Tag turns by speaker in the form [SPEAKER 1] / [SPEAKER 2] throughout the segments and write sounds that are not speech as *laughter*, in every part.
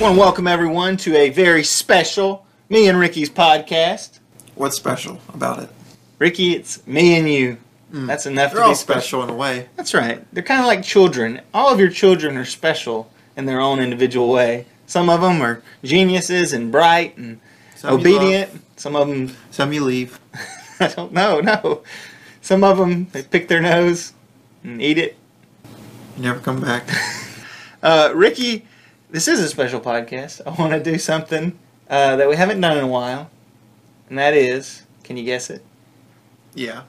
[SPEAKER 1] want to welcome everyone to a very special me and Ricky's podcast.
[SPEAKER 2] What's special about it?
[SPEAKER 1] Ricky, it's me and you. That's enough
[SPEAKER 2] Hmm. They're
[SPEAKER 1] to
[SPEAKER 2] all
[SPEAKER 1] be special.
[SPEAKER 2] special in a way.
[SPEAKER 1] That's right. They're kind of like children. All of your children are special in their own individual way. Some of them are geniuses and bright and
[SPEAKER 2] Some you
[SPEAKER 1] obedient. Some of them,
[SPEAKER 2] love, some you leave.
[SPEAKER 1] *laughs* I don't know, no. Some of them, they pick their nose and eat it.
[SPEAKER 2] You never come *laughs* back.
[SPEAKER 1] Uh, Ricky, this is a special podcast. I want to do something uh, that we haven't done in a while, and that is, can you guess it?
[SPEAKER 2] yeah.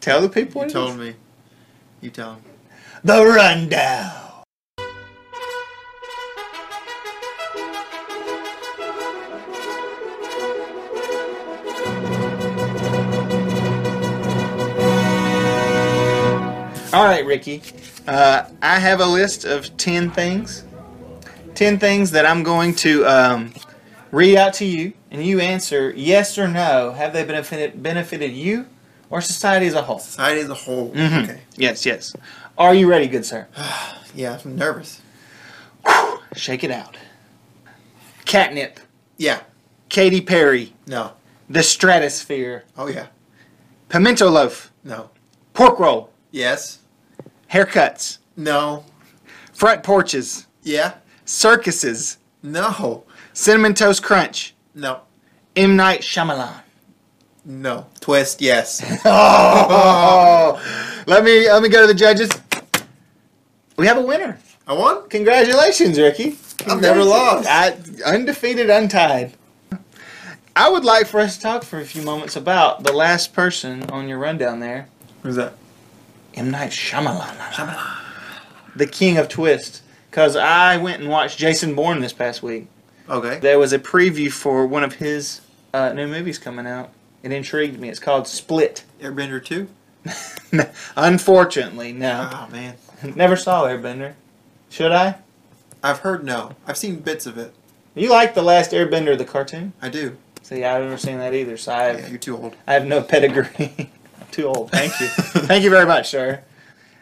[SPEAKER 1] Tell the people.
[SPEAKER 2] You
[SPEAKER 1] it
[SPEAKER 2] told
[SPEAKER 1] is.
[SPEAKER 2] me. You tell him.
[SPEAKER 1] the rundown. All right, Ricky. Uh, I have a list of 10 things. 10 things that I'm going to um, read out to you, and you answer yes or no. Have they benefited, benefited you or society as a whole?
[SPEAKER 2] Society as a whole.
[SPEAKER 1] Mhm.
[SPEAKER 2] Okay.
[SPEAKER 1] Yes, yes. Are you ready, good sir?
[SPEAKER 2] Yeah, I'm nervous.
[SPEAKER 1] Shake it out. Catnip,
[SPEAKER 2] Yeah.
[SPEAKER 1] Katy Perry,
[SPEAKER 2] No.
[SPEAKER 1] The Stratosphere,
[SPEAKER 2] Oh yeah.
[SPEAKER 1] Pimento Loaf,
[SPEAKER 2] No.
[SPEAKER 1] Pork Roll,
[SPEAKER 2] Yes.
[SPEAKER 1] Haircuts,
[SPEAKER 2] No.
[SPEAKER 1] Front Porches,
[SPEAKER 2] Yeah.
[SPEAKER 1] Circuses,
[SPEAKER 2] No.
[SPEAKER 1] Cinnamon Toast Crunch,
[SPEAKER 2] No.
[SPEAKER 1] M. Night Shyamalan.
[SPEAKER 2] No. Twist. *laughs* Yes.
[SPEAKER 1] Oh, *laughs* let me let me go to the judges. We have a winner.
[SPEAKER 2] I won.
[SPEAKER 1] Congratulations, Ricky.
[SPEAKER 2] I've never lost.
[SPEAKER 1] I, undefeated, untied. I would like for us to talk for a few moments about the last person on your rundown there,
[SPEAKER 2] Who's that?
[SPEAKER 1] M. Night Shyamalan. The king of twist. Because I went and watched Jason Bourne this past week.
[SPEAKER 2] Okay.
[SPEAKER 1] There was a preview for one of his uh, new movies coming out. It intrigued me. It's called Split. *laughs*
[SPEAKER 2] Airbender two.
[SPEAKER 1] Unfortunately, no.
[SPEAKER 2] Oh man.
[SPEAKER 1] Never saw Airbender. Should I?
[SPEAKER 2] I've heard no. I've seen bits of it.
[SPEAKER 1] You like the last Airbender, the cartoon?
[SPEAKER 2] I do.
[SPEAKER 1] See, I've never seen that either, so I
[SPEAKER 2] Yeah,
[SPEAKER 1] have,
[SPEAKER 2] you're too *laughs* old.
[SPEAKER 1] I have no pedigree. *laughs* I'm too old. Thank you.
[SPEAKER 2] *laughs*
[SPEAKER 1] Thank you very much, sir.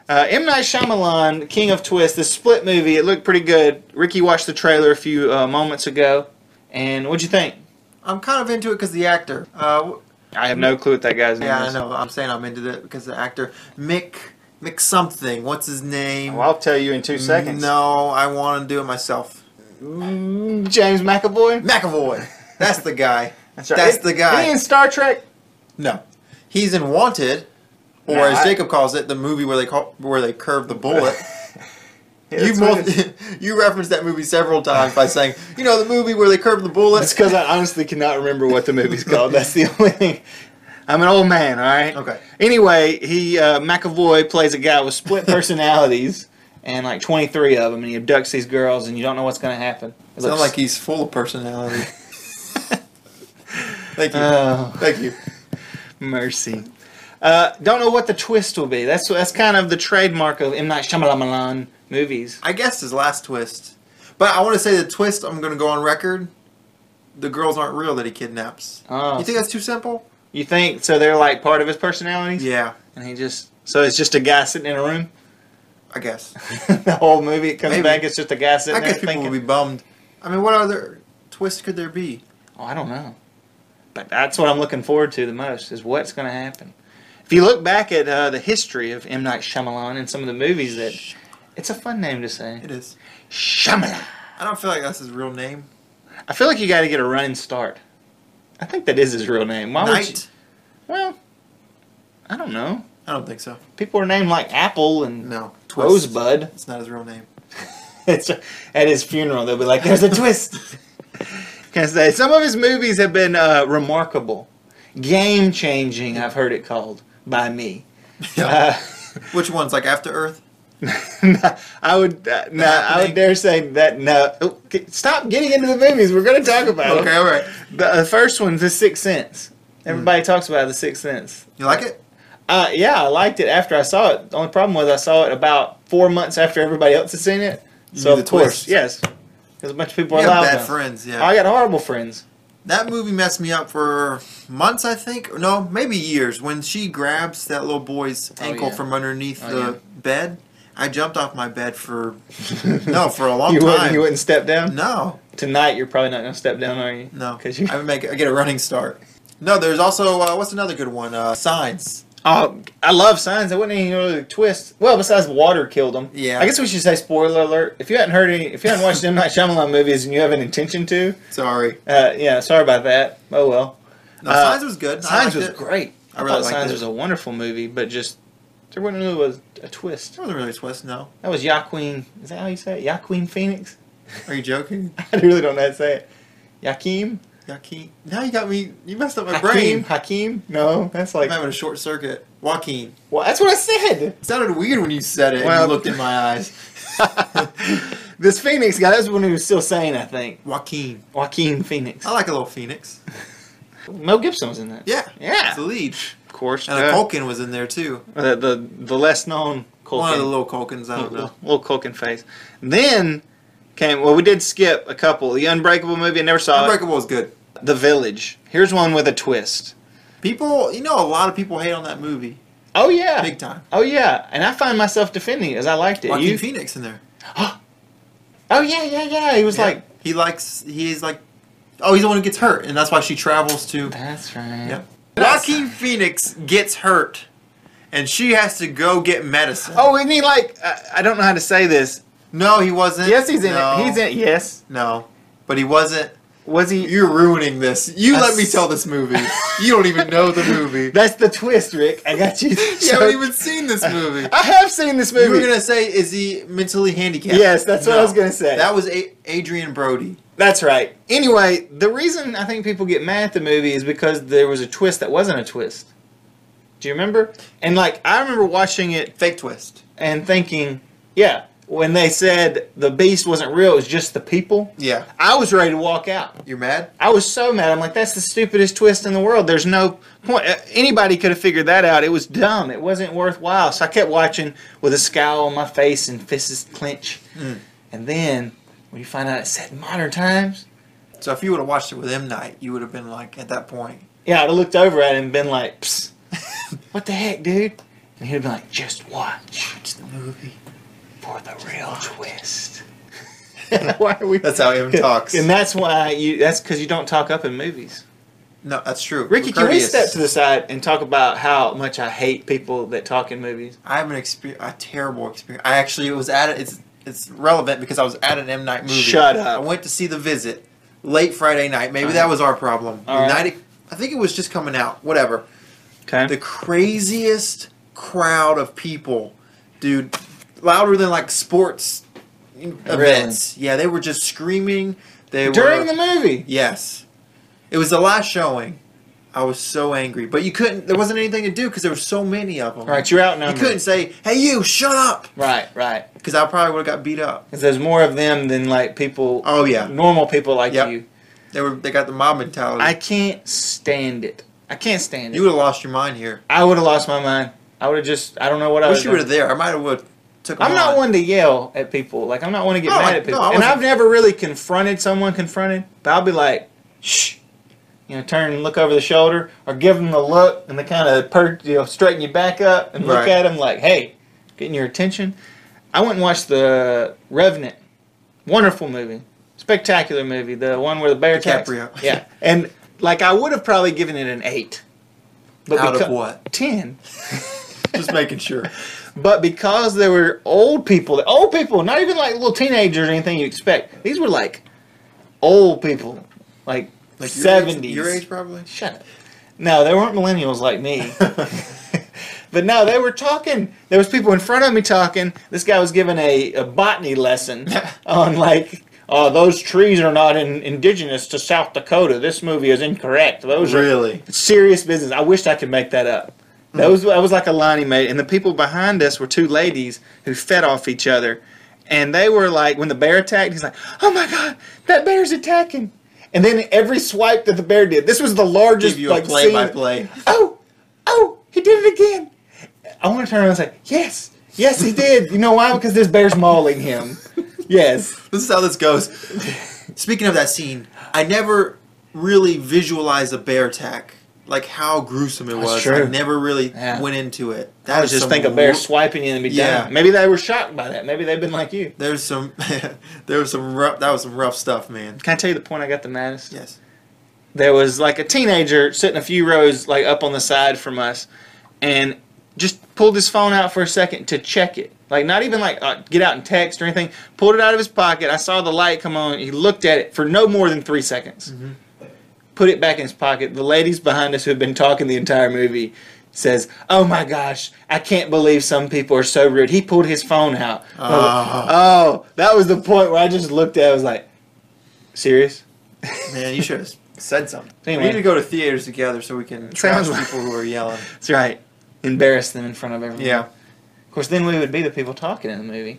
[SPEAKER 1] Uh, M. Night Shyamalan, King of Twist, the split movie, it looked pretty good. Ricky watched the trailer a few uh, moments ago, and what'd you think?
[SPEAKER 2] I'm kind of into it because the actor. Uh, wh-
[SPEAKER 1] I have no clue what that guy's name
[SPEAKER 2] Yeah, I
[SPEAKER 1] is.
[SPEAKER 2] know. I'm saying I'm into that because the actor Mick Mick something. What's his name?
[SPEAKER 1] Well, I'll tell you in two seconds.
[SPEAKER 2] No, I want to do it myself.
[SPEAKER 1] Mm, James McAvoy?
[SPEAKER 2] McAvoy. That's the guy.
[SPEAKER 1] *laughs* That's,
[SPEAKER 2] That's the guy.
[SPEAKER 1] He in Star Trek?
[SPEAKER 2] No, he's in Wanted, or
[SPEAKER 1] No,
[SPEAKER 2] as
[SPEAKER 1] I-
[SPEAKER 2] Jacob calls it, the movie where they call where they curve the bullet.
[SPEAKER 1] *laughs*
[SPEAKER 2] *laughs* you
[SPEAKER 1] That's what it is.
[SPEAKER 2] both, *laughs* you referenced that movie several times by saying, you know, the movie where they curve the bullet.
[SPEAKER 1] That's because I honestly cannot remember what the movie's called. That's the *laughs* only thing. I'm an old man, all right.
[SPEAKER 2] Okay.
[SPEAKER 1] Anyway, he uh, McAvoy plays a guy with
[SPEAKER 2] *laughs*
[SPEAKER 1] split personalities, and like 23 of them, and he abducts these girls, and you don't know what's going to happen. It
[SPEAKER 2] Sounds like he's full
[SPEAKER 1] *laughs*
[SPEAKER 2] of personality. Thank you.
[SPEAKER 1] Oh,
[SPEAKER 2] Thank you.
[SPEAKER 1] *laughs* mercy. Uh, don't know what the twist will be. That's that's kind of the trademark of M Night Shyamalan movies.
[SPEAKER 2] I guess his last twist. But I want to say the twist. I'm going to go on record. The girls aren't real that he kidnaps.
[SPEAKER 1] Oh,
[SPEAKER 2] You think that's too simple?
[SPEAKER 1] you think so? They're like part of his personalities,
[SPEAKER 2] Yeah,
[SPEAKER 1] and he just so it's just a guy sitting in a room. *laughs*
[SPEAKER 2] I guess.
[SPEAKER 1] the whole movie it comes
[SPEAKER 2] Maybe.
[SPEAKER 1] back, it's just a guy
[SPEAKER 2] I
[SPEAKER 1] sitting there
[SPEAKER 2] guess people
[SPEAKER 1] thinking.
[SPEAKER 2] would be bummed. I mean, what other twist could there be?
[SPEAKER 1] Oh, I don't know. But that's what I'm looking forward to the most is what's going to happen. If you look back at uh, the history of M. Night Shyamalan and some of the movies that, it's a fun name to say.
[SPEAKER 2] It is.
[SPEAKER 1] Shyamalan.
[SPEAKER 2] I don't feel like that's his real name.
[SPEAKER 1] I feel like you got to get a running start. I think that is his real name. Why would you,
[SPEAKER 2] Knight?
[SPEAKER 1] Well, I don't know.
[SPEAKER 2] I don't think so.
[SPEAKER 1] People are named like Apple and
[SPEAKER 2] No. Twist.
[SPEAKER 1] Rosebud.
[SPEAKER 2] It's not his real name.
[SPEAKER 1] it's at his funeral they'll be like there's a
[SPEAKER 2] *laughs*
[SPEAKER 1] twist because some of his movies have been uh, remarkable game changing i've heard it called by me uh,
[SPEAKER 2] Which one's like After Earth?
[SPEAKER 1] i would uh, *laughs* no i would
[SPEAKER 2] Happening.
[SPEAKER 1] dare say that no Oh, g- stop getting into the movies we're going to talk about
[SPEAKER 2] Okay, Hmm.
[SPEAKER 1] okay.
[SPEAKER 2] all right.
[SPEAKER 1] the, the first one's the sixth sense everybody talks about the sixth sense
[SPEAKER 2] You like it?
[SPEAKER 1] uh, yeah i liked it after i saw it the only problem was i saw it about four months after everybody else had seen it
[SPEAKER 2] You
[SPEAKER 1] so
[SPEAKER 2] knew
[SPEAKER 1] of
[SPEAKER 2] the
[SPEAKER 1] course
[SPEAKER 2] twist.
[SPEAKER 1] yes because a bunch of people
[SPEAKER 2] You
[SPEAKER 1] are
[SPEAKER 2] have
[SPEAKER 1] loud
[SPEAKER 2] bad
[SPEAKER 1] now.
[SPEAKER 2] friends. Yeah.
[SPEAKER 1] I got horrible friends.
[SPEAKER 2] That movie messed me up for months, I think. No, maybe years. When she grabs that little boy's
[SPEAKER 1] Oh,
[SPEAKER 2] ankle
[SPEAKER 1] yeah.
[SPEAKER 2] from underneath
[SPEAKER 1] Oh,
[SPEAKER 2] the
[SPEAKER 1] yeah.
[SPEAKER 2] bed, I jumped off my bed for *laughs* no for a long
[SPEAKER 1] you
[SPEAKER 2] time.
[SPEAKER 1] *laughs* wouldn't you wouldn't step down.
[SPEAKER 2] No,
[SPEAKER 1] Tonight, you're probably not going to step down, are you? *laughs*
[SPEAKER 2] No,
[SPEAKER 1] Because you.
[SPEAKER 2] I make I get a running start. No, there's also uh, what's another good one? Uh, signs.
[SPEAKER 1] Oh, I love signs. I wouldn't even really twist. Well, besides water killed them.
[SPEAKER 2] Yeah.
[SPEAKER 1] I guess we should say spoiler alert. If you hadn't heard any, if you hadn't watched M Night Shyamalan movies and you have an intention to,
[SPEAKER 2] Sorry,
[SPEAKER 1] uh, yeah, sorry about that. Oh well.
[SPEAKER 2] no,
[SPEAKER 1] Uh,
[SPEAKER 2] signs was good. I
[SPEAKER 1] Signs
[SPEAKER 2] liked
[SPEAKER 1] was
[SPEAKER 2] it.
[SPEAKER 1] great.
[SPEAKER 2] I really
[SPEAKER 1] thought
[SPEAKER 2] liked
[SPEAKER 1] Signs
[SPEAKER 2] it.
[SPEAKER 1] was a wonderful movie, but just there wasn't really was a twist.
[SPEAKER 2] That wasn't really a twist. No,
[SPEAKER 1] That was Yaqueen. Is that how you say it? Yaqueen Phoenix? *laughs*
[SPEAKER 2] are you joking?
[SPEAKER 1] I really don't know how to say it. Yaqueen?
[SPEAKER 2] Joaquin. Now you got me. You messed up my
[SPEAKER 1] Hakeem?
[SPEAKER 2] brain.
[SPEAKER 1] Hakeem? No, that's
[SPEAKER 2] I'm
[SPEAKER 1] like.
[SPEAKER 2] having a short circuit. Joaquin.
[SPEAKER 1] Well, that's what I said.
[SPEAKER 2] *laughs* It sounded weird when you said it. and
[SPEAKER 1] Well-
[SPEAKER 2] you looked in my eyes.
[SPEAKER 1] this Phoenix guy, that's when he was still saying, I think.
[SPEAKER 2] Joaquin.
[SPEAKER 1] Joaquin Phoenix.
[SPEAKER 2] I like a little Phoenix.
[SPEAKER 1] Mel Gibson was in that.
[SPEAKER 2] Oh. Yeah.
[SPEAKER 1] Yeah.
[SPEAKER 2] It's the lead.
[SPEAKER 1] Of course.
[SPEAKER 2] And the
[SPEAKER 1] uh,
[SPEAKER 2] Culkin was in there too.
[SPEAKER 1] the, the, the less known Culkin.
[SPEAKER 2] One of the little Culkins. I don't know.
[SPEAKER 1] *laughs* little, little Culkin face. Then came, well, we did skip a couple. The Unbreakable movie, I never saw it.
[SPEAKER 2] Unbreakable is good.
[SPEAKER 1] The Village. Here's one with a twist.
[SPEAKER 2] People, you know, a lot of people hate on that movie.
[SPEAKER 1] Oh, yeah.
[SPEAKER 2] Big time.
[SPEAKER 1] Oh, yeah. And I find myself defending it as I liked it.
[SPEAKER 2] Joaquin
[SPEAKER 1] You-
[SPEAKER 2] Phoenix in there.
[SPEAKER 1] oh, yeah, yeah, yeah. He was
[SPEAKER 2] Yeah.
[SPEAKER 1] like,
[SPEAKER 2] he likes he's like oh he's the one who gets hurt and that's why she
[SPEAKER 1] *laughs*
[SPEAKER 2] travels to
[SPEAKER 1] that's right.
[SPEAKER 2] yeah. Joaquin Phoenix gets hurt and she has to go get medicine.
[SPEAKER 1] Oh, isn't he like, I, I don't know how to say this.
[SPEAKER 2] no, he wasn't.
[SPEAKER 1] Yes, he's in
[SPEAKER 2] No.
[SPEAKER 1] it. He's in it. Yes.
[SPEAKER 2] No, but he wasn't.
[SPEAKER 1] Was he?
[SPEAKER 2] You're ruining this. You
[SPEAKER 1] I
[SPEAKER 2] let me
[SPEAKER 1] s-
[SPEAKER 2] tell this movie. you don't even know the
[SPEAKER 1] *laughs*
[SPEAKER 2] movie.
[SPEAKER 1] That's the twist, Rick. I got *laughs* you.
[SPEAKER 2] you haven't even seen this movie.
[SPEAKER 1] I have seen this
[SPEAKER 2] You were
[SPEAKER 1] movie.
[SPEAKER 2] gonna say, is he mentally handicapped?
[SPEAKER 1] Yes, that's what I was gonna say.
[SPEAKER 2] That was a- Adrian Brody.
[SPEAKER 1] That's right. Anyway, the reason I think people get mad at the movie is because there was a twist that wasn't a twist. Do you remember? And like, I remember watching it
[SPEAKER 2] Fake twist.
[SPEAKER 1] and thinking, yeah, when they said the beast wasn't real, it was just the people.
[SPEAKER 2] Yeah,
[SPEAKER 1] I was ready to walk out.
[SPEAKER 2] you're mad.
[SPEAKER 1] I was so mad. I'm like, that's the stupidest twist in the world. There's no point. uh, Anybody could have figured that out. It was dumb. It wasn't worthwhile. So I kept watching with a scowl on my face and fists clench. And then when you find out it's set in modern times,
[SPEAKER 2] So if you would have watched it with M Night, you would have been like at that point.
[SPEAKER 1] yeah, I'd have looked over at him and been like, *laughs* Psst, what the heck, dude? And he'd have been like, just watch. the movie for the real twist. *laughs* why are we?
[SPEAKER 2] That's
[SPEAKER 1] *laughs*
[SPEAKER 2] how M talks.
[SPEAKER 1] And that's why you. That's because you don't talk up in movies.
[SPEAKER 2] No, that's true.
[SPEAKER 1] Ricky,
[SPEAKER 2] We're
[SPEAKER 1] can we
[SPEAKER 2] courteous.
[SPEAKER 1] step to the side and talk about how much I hate people that talk in movies?
[SPEAKER 2] I have an experience, a terrible experience. I actually was at it. It's it's relevant because I was at an M Night movie.
[SPEAKER 1] Shut up. Uh-huh.
[SPEAKER 2] I went to see The Visit late Friday night. Maybe that was our problem.
[SPEAKER 1] All
[SPEAKER 2] The
[SPEAKER 1] right.
[SPEAKER 2] night it- I think it was just coming out. Whatever.
[SPEAKER 1] Okay.
[SPEAKER 2] The craziest crowd of people, dude, louder than like sports events. Yeah, they were just screaming. They were,
[SPEAKER 1] During the movie.
[SPEAKER 2] Yes. It was the last showing. I was so angry, but you couldn't. There wasn't anything to do because there were so many of them.
[SPEAKER 1] Right, you're
[SPEAKER 2] You
[SPEAKER 1] outnumbered.
[SPEAKER 2] couldn't say, "Hey, you, shut up,"
[SPEAKER 1] Right, right.
[SPEAKER 2] because I probably would have got beat up.
[SPEAKER 1] Because there's more of them than like people.
[SPEAKER 2] Oh, yeah.
[SPEAKER 1] Normal people like
[SPEAKER 2] Yep.
[SPEAKER 1] you.
[SPEAKER 2] They were. They got the mob mentality.
[SPEAKER 1] I can't stand it. I can't stand it.
[SPEAKER 2] you would have lost your mind here.
[SPEAKER 1] I would have lost my mind. I would have just. I don't know what I
[SPEAKER 2] I
[SPEAKER 1] was.
[SPEAKER 2] wish you
[SPEAKER 1] doing.
[SPEAKER 2] were there. I might have would took. 'em
[SPEAKER 1] Oh, I'm not
[SPEAKER 2] on.
[SPEAKER 1] one to yell at people. Like I'm not one to get
[SPEAKER 2] No,
[SPEAKER 1] mad
[SPEAKER 2] I-
[SPEAKER 1] at people.
[SPEAKER 2] no, I
[SPEAKER 1] and I've
[SPEAKER 2] wasn't-
[SPEAKER 1] never really confronted someone confronted, but I'll be like, shh, you know, turn and look over the shoulder, or give them the look and they kind of per, you know, straighten you back up and look
[SPEAKER 2] Right.
[SPEAKER 1] at them like, hey, getting your attention. I went and watched the Revenant, wonderful movie, spectacular movie, the one where the bear attacks.
[SPEAKER 2] DiCaprio.
[SPEAKER 1] *laughs* Yeah, and like I would have probably given it an eight, but
[SPEAKER 2] Out of
[SPEAKER 1] becau-
[SPEAKER 2] what?
[SPEAKER 1] ten.
[SPEAKER 2] Just making sure.
[SPEAKER 1] But because there were old people, old people, not even like little teenagers or anything you expect. These were like old people, like
[SPEAKER 2] Like your age-
[SPEAKER 1] seventies.
[SPEAKER 2] Your age, probably.
[SPEAKER 1] Shut up. No, they weren't millennials like
[SPEAKER 2] *laughs*
[SPEAKER 1] me. but no, they were talking. There was people in front of me talking. This guy was giving a, a botany
[SPEAKER 2] *laughs*
[SPEAKER 1] lesson on like, oh, those trees are not in, indigenous to South Dakota. This movie is incorrect. Those are
[SPEAKER 2] Really?
[SPEAKER 1] serious business. I wished I could make that up.
[SPEAKER 2] Mm-hmm.
[SPEAKER 1] That was that was like a line he made, and the people behind us were two ladies who fed off each other, and they were like, when the bear attacked, he's like, "Oh my god, that bear's attacking!" And then every swipe that the bear did, this was the largest
[SPEAKER 2] Give you a
[SPEAKER 1] like
[SPEAKER 2] play
[SPEAKER 1] scene-
[SPEAKER 2] by play.
[SPEAKER 1] Oh, oh, he did it again. I want to turn around and say, "Yes, yes, he did." You know why? Because this bear's mauling him.
[SPEAKER 2] *laughs*
[SPEAKER 1] Yes.
[SPEAKER 2] This is how this goes. Speaking of that scene, I never really visualized a bear attack like how gruesome it
[SPEAKER 1] That's
[SPEAKER 2] was.
[SPEAKER 1] true.
[SPEAKER 2] I never really
[SPEAKER 1] Yeah.
[SPEAKER 2] went into it.
[SPEAKER 1] I was just
[SPEAKER 2] is some
[SPEAKER 1] think a
[SPEAKER 2] ru-
[SPEAKER 1] bear swiping you and be
[SPEAKER 2] Yeah.
[SPEAKER 1] down. Maybe they were shocked by that. Maybe they've been like you.
[SPEAKER 2] There's some. *laughs* there was some rough. That was some rough stuff, man.
[SPEAKER 1] Can I tell you the point I got the maddest?
[SPEAKER 2] Yes.
[SPEAKER 1] there was like a teenager sitting a few rows like up on the side from us and just pulled his phone out for a second to check it like not even like uh, get out and text or anything pulled it out of his pocket i saw the light come on he looked at it for no more than three seconds put it back in his pocket the ladies behind us who have been talking the entire movie says oh my gosh i can't believe some people are so rude he pulled his phone out I was like, oh that was the point where i just looked at it i was like serious
[SPEAKER 2] Man, you should have said something.
[SPEAKER 1] *laughs* Anyway.
[SPEAKER 2] We need to go to theaters together so we can trash
[SPEAKER 1] Sounds like-
[SPEAKER 2] people who
[SPEAKER 1] *laughs*
[SPEAKER 2] are yelling.
[SPEAKER 1] That's right. Embarrass them in front of everyone.
[SPEAKER 2] Yeah,
[SPEAKER 1] Of course, then we would be the people talking in the movie.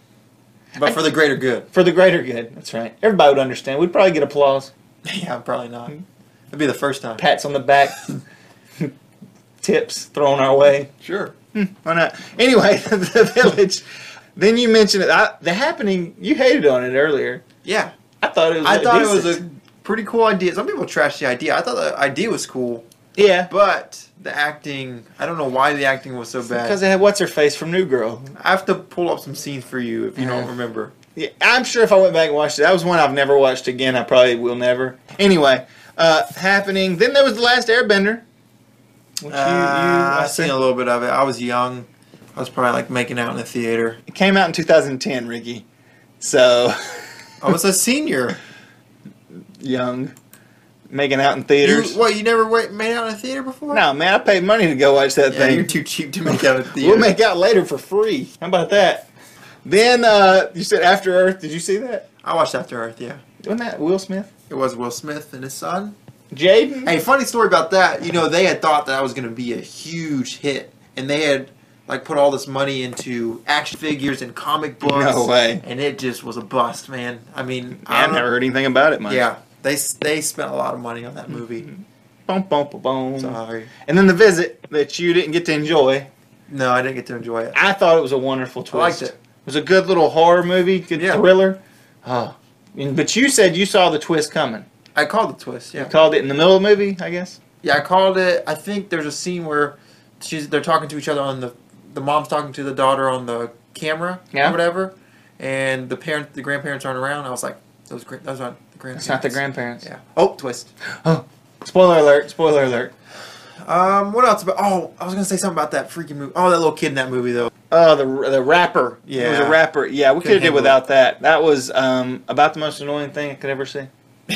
[SPEAKER 2] but for the greater good. *laughs*
[SPEAKER 1] For the greater good. That's right. Everybody would understand. We'd probably get applause,
[SPEAKER 2] Yeah, probably not.
[SPEAKER 1] Mm-hmm.
[SPEAKER 2] It'd be the first time.
[SPEAKER 1] pats on the *laughs* back, tips thrown our way.
[SPEAKER 2] Sure.
[SPEAKER 1] Why not? Anyway, *laughs* the village. Then you mentioned it. I, the happening, you hated on it earlier.
[SPEAKER 2] Yeah,
[SPEAKER 1] I thought it was
[SPEAKER 2] I thought it was a
[SPEAKER 1] decent.
[SPEAKER 2] pretty cool idea. Some people trash the idea. I thought the idea was cool,
[SPEAKER 1] Yeah.
[SPEAKER 2] but the acting. I don't know why the acting was so bad.
[SPEAKER 1] Because it had What's Her Face from New Girl.
[SPEAKER 2] I have to pull up some scenes for you if you don't
[SPEAKER 1] Yeah.
[SPEAKER 2] remember.
[SPEAKER 1] Yeah, I'm sure if I went back and watched it, that was one I've never watched again. I probably will never. Anyway, uh, happening. Then there was the last Airbender. Which you, you,
[SPEAKER 2] Uh, I
[SPEAKER 1] I
[SPEAKER 2] seen
[SPEAKER 1] think-
[SPEAKER 2] a little bit of it. I was young. I was probably like making out in the theater.
[SPEAKER 1] it came out in 2010, Ricky. So *laughs*
[SPEAKER 2] I was a *laughs* senior.
[SPEAKER 1] young, making out in
[SPEAKER 2] you,
[SPEAKER 1] theaters.
[SPEAKER 2] what? You never wait, made out in a theater before?
[SPEAKER 1] no, man, I paid money to go watch that
[SPEAKER 2] Yeah,
[SPEAKER 1] thing.
[SPEAKER 2] you're too cheap *laughs* to make out in a theater.
[SPEAKER 1] we'll make out later for free. How about that? Then uh, you said After Earth. Did you see that?
[SPEAKER 2] I watched After Earth. Yeah,
[SPEAKER 1] Wasn't that Will Smith?
[SPEAKER 2] it was Will Smith and his son.
[SPEAKER 1] Jaden?
[SPEAKER 2] Hey, funny story about that. You know, they had thought that I was going to be a huge hit, and they had like put all this money into action figures and comic books.
[SPEAKER 1] No way.
[SPEAKER 2] And it just was a bust, man. I mean, I
[SPEAKER 1] I've
[SPEAKER 2] don't-
[SPEAKER 1] never heard anything about it, man.
[SPEAKER 2] Yeah, they s- they spent a lot of money on that movie.
[SPEAKER 1] Mm-hmm. Boom, boom, boom, boom.
[SPEAKER 2] Sorry,
[SPEAKER 1] And then the visit that you didn't get to enjoy.
[SPEAKER 2] no, I didn't get to enjoy it.
[SPEAKER 1] I thought it was a wonderful twist.
[SPEAKER 2] I liked it.
[SPEAKER 1] It was a good little horror movie, good
[SPEAKER 2] Yeah.
[SPEAKER 1] thriller. Oh. And- But you said you saw the twist coming.
[SPEAKER 2] I called the twist.
[SPEAKER 1] You
[SPEAKER 2] Yeah,
[SPEAKER 1] called it in the middle of the movie, I guess.
[SPEAKER 2] yeah, I called it. I think there's a scene where she's they're talking to each other on the the mom's talking to the daughter on the camera
[SPEAKER 1] Yeah.
[SPEAKER 2] or whatever, and the parent the grandparents aren't around. I was like, those gra- those aren't the grandparents.
[SPEAKER 1] It's not the grandparents.
[SPEAKER 2] Yeah. Oh, twist.
[SPEAKER 1] Spoiler alert! Spoiler alert!
[SPEAKER 2] Um, what else about? Oh, I was gonna say something about that freaking movie. Oh, that little kid in that
[SPEAKER 1] *laughs*
[SPEAKER 2] movie though.
[SPEAKER 1] Oh, the the rapper. it was
[SPEAKER 2] Yeah.
[SPEAKER 1] a rapper. Yeah, we
[SPEAKER 2] Couldn't
[SPEAKER 1] could have did
[SPEAKER 2] handle
[SPEAKER 1] without that. That was um, about the most annoying thing I could ever see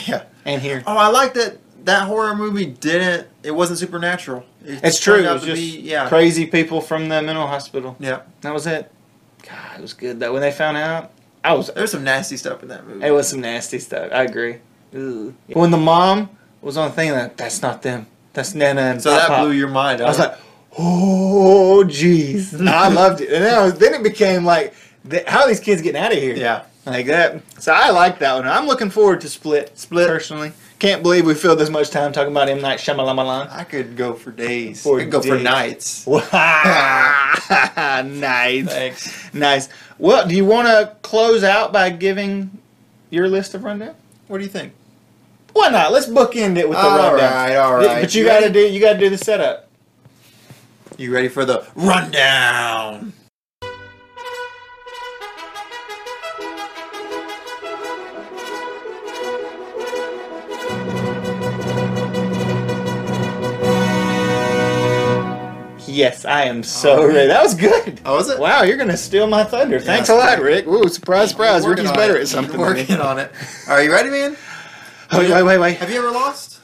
[SPEAKER 2] Yeah.
[SPEAKER 1] and hear.
[SPEAKER 2] Oh, I like that. That horror movie didn't. It wasn't supernatural. It
[SPEAKER 1] It's
[SPEAKER 2] just
[SPEAKER 1] true.
[SPEAKER 2] turned
[SPEAKER 1] It
[SPEAKER 2] out
[SPEAKER 1] was
[SPEAKER 2] to
[SPEAKER 1] just
[SPEAKER 2] be- yeah.
[SPEAKER 1] crazy people from the mental hospital.
[SPEAKER 2] Yeah.
[SPEAKER 1] That was it. God, it was good. That when they found out, I was
[SPEAKER 2] There's some nasty stuff in that movie.
[SPEAKER 1] It was some nasty stuff. I agree. Ugh. When the mom was on the thing, like, that's not them. That's Nana and
[SPEAKER 2] so
[SPEAKER 1] Pop
[SPEAKER 2] that
[SPEAKER 1] Pop."
[SPEAKER 2] blew your mind.
[SPEAKER 1] I was
[SPEAKER 2] huh?
[SPEAKER 1] like, oh, jeez. *laughs* I loved it. And then, I was, then it became like, th- how are these kids getting out of here?
[SPEAKER 2] yeah.
[SPEAKER 1] Like that. So I like that one. I'm looking forward to Split. Split. Personally. Can't believe we filled this much time talking about M. Night
[SPEAKER 2] *laughs*
[SPEAKER 1] Shyamalan.
[SPEAKER 2] I could go for days.
[SPEAKER 1] For
[SPEAKER 2] I could go for
[SPEAKER 1] days. *laughs*
[SPEAKER 2] nights.
[SPEAKER 1] nice.
[SPEAKER 2] Thanks.
[SPEAKER 1] Nice. Well, do you want to close out by giving your list of rundown?
[SPEAKER 2] What do you think?
[SPEAKER 1] Why not? Let's bookend it with the
[SPEAKER 2] All
[SPEAKER 1] rundown.
[SPEAKER 2] right, all right.
[SPEAKER 1] But you
[SPEAKER 2] You
[SPEAKER 1] gotta
[SPEAKER 2] ready?
[SPEAKER 1] do you gotta do the setup.
[SPEAKER 2] You ready for the rundown?
[SPEAKER 1] Yes, I am so
[SPEAKER 2] All right.
[SPEAKER 1] ready. That was good.
[SPEAKER 2] Oh, was it?
[SPEAKER 1] Wow, you're gonna steal my thunder. Thanks a
[SPEAKER 2] that's
[SPEAKER 1] lot,
[SPEAKER 2] great.
[SPEAKER 1] Rick. Ooh, surprise, surprise.
[SPEAKER 2] Working
[SPEAKER 1] Ricky's
[SPEAKER 2] on
[SPEAKER 1] better
[SPEAKER 2] it.
[SPEAKER 1] at something. than me.
[SPEAKER 2] Working on it. Are you ready, man?
[SPEAKER 1] Oh, wait, wait, wait.
[SPEAKER 2] Have you ever lost?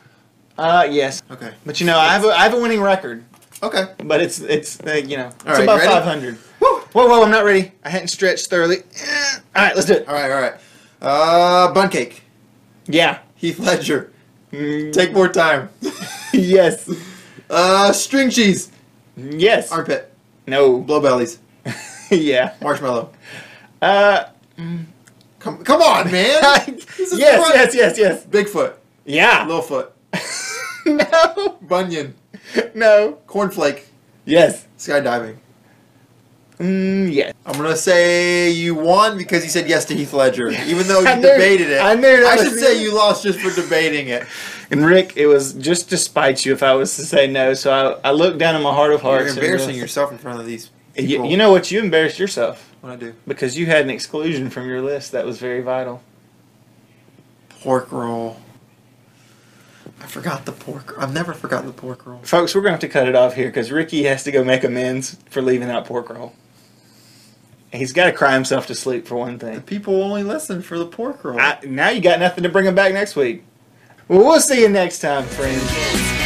[SPEAKER 1] Uh, yes.
[SPEAKER 2] Okay.
[SPEAKER 1] But you know, I have a, I have a winning record,
[SPEAKER 2] Okay.
[SPEAKER 1] but it's it's uh, you know it's
[SPEAKER 2] right, you
[SPEAKER 1] about
[SPEAKER 2] ready?
[SPEAKER 1] 500.
[SPEAKER 2] Woo!
[SPEAKER 1] Whoa, whoa, I'm not ready. I hadn't stretched thoroughly. Eh. All right, let's do it.
[SPEAKER 2] All right, all right. Uh, bun cake.
[SPEAKER 1] Yeah.
[SPEAKER 2] Heath Ledger.
[SPEAKER 1] Mm,
[SPEAKER 2] Take more time.
[SPEAKER 1] *laughs* yes.
[SPEAKER 2] Uh, string cheese.
[SPEAKER 1] Yes.
[SPEAKER 2] Armpit.
[SPEAKER 1] No. *laughs*
[SPEAKER 2] Blow bellies.
[SPEAKER 1] yeah.
[SPEAKER 2] Marshmallow.
[SPEAKER 1] Uh.
[SPEAKER 2] Come, come
[SPEAKER 1] *laughs*
[SPEAKER 2] on, man.
[SPEAKER 1] yes.
[SPEAKER 2] is fun.
[SPEAKER 1] Yes. Yes. Yes.
[SPEAKER 2] Bigfoot. *laughs*
[SPEAKER 1] Yeah.
[SPEAKER 2] Littlefoot.
[SPEAKER 1] no.
[SPEAKER 2] Bunyan.
[SPEAKER 1] *laughs* No.
[SPEAKER 2] Cornflake.
[SPEAKER 1] Yes.
[SPEAKER 2] Skydiving.
[SPEAKER 1] Mm, yeah.
[SPEAKER 2] I'm gonna say you won because you said yes to Heath Ledger,
[SPEAKER 1] *laughs*
[SPEAKER 2] even though you
[SPEAKER 1] I knew-
[SPEAKER 2] debated it.
[SPEAKER 1] I knew that
[SPEAKER 2] I
[SPEAKER 1] was
[SPEAKER 2] should
[SPEAKER 1] the-
[SPEAKER 2] say you lost just for
[SPEAKER 1] *laughs*
[SPEAKER 2] debating it.
[SPEAKER 1] And Rick, it was just to spite you if I was to say no. So I, I looked down in my heart of hearts.
[SPEAKER 2] You're
[SPEAKER 1] and
[SPEAKER 2] embarrassing
[SPEAKER 1] realized-
[SPEAKER 2] yourself in front of these
[SPEAKER 1] You,
[SPEAKER 2] people.
[SPEAKER 1] you know what? You embarrassed yourself
[SPEAKER 2] what I do?
[SPEAKER 1] because you had an exclusion from your list that was very vital.
[SPEAKER 2] Pork roll. I forgot the pork. I've never forgotten the pork roll.
[SPEAKER 1] Folks, we're going to have to cut it off here because Ricky has to go make amends for leaving out pork roll. He's got to cry himself to sleep for one
[SPEAKER 2] The
[SPEAKER 1] thing.
[SPEAKER 2] people only listen for the pork roll.
[SPEAKER 1] I, now you got nothing to bring him back next week. Well, we'll see you next time, friends.
[SPEAKER 3] kids.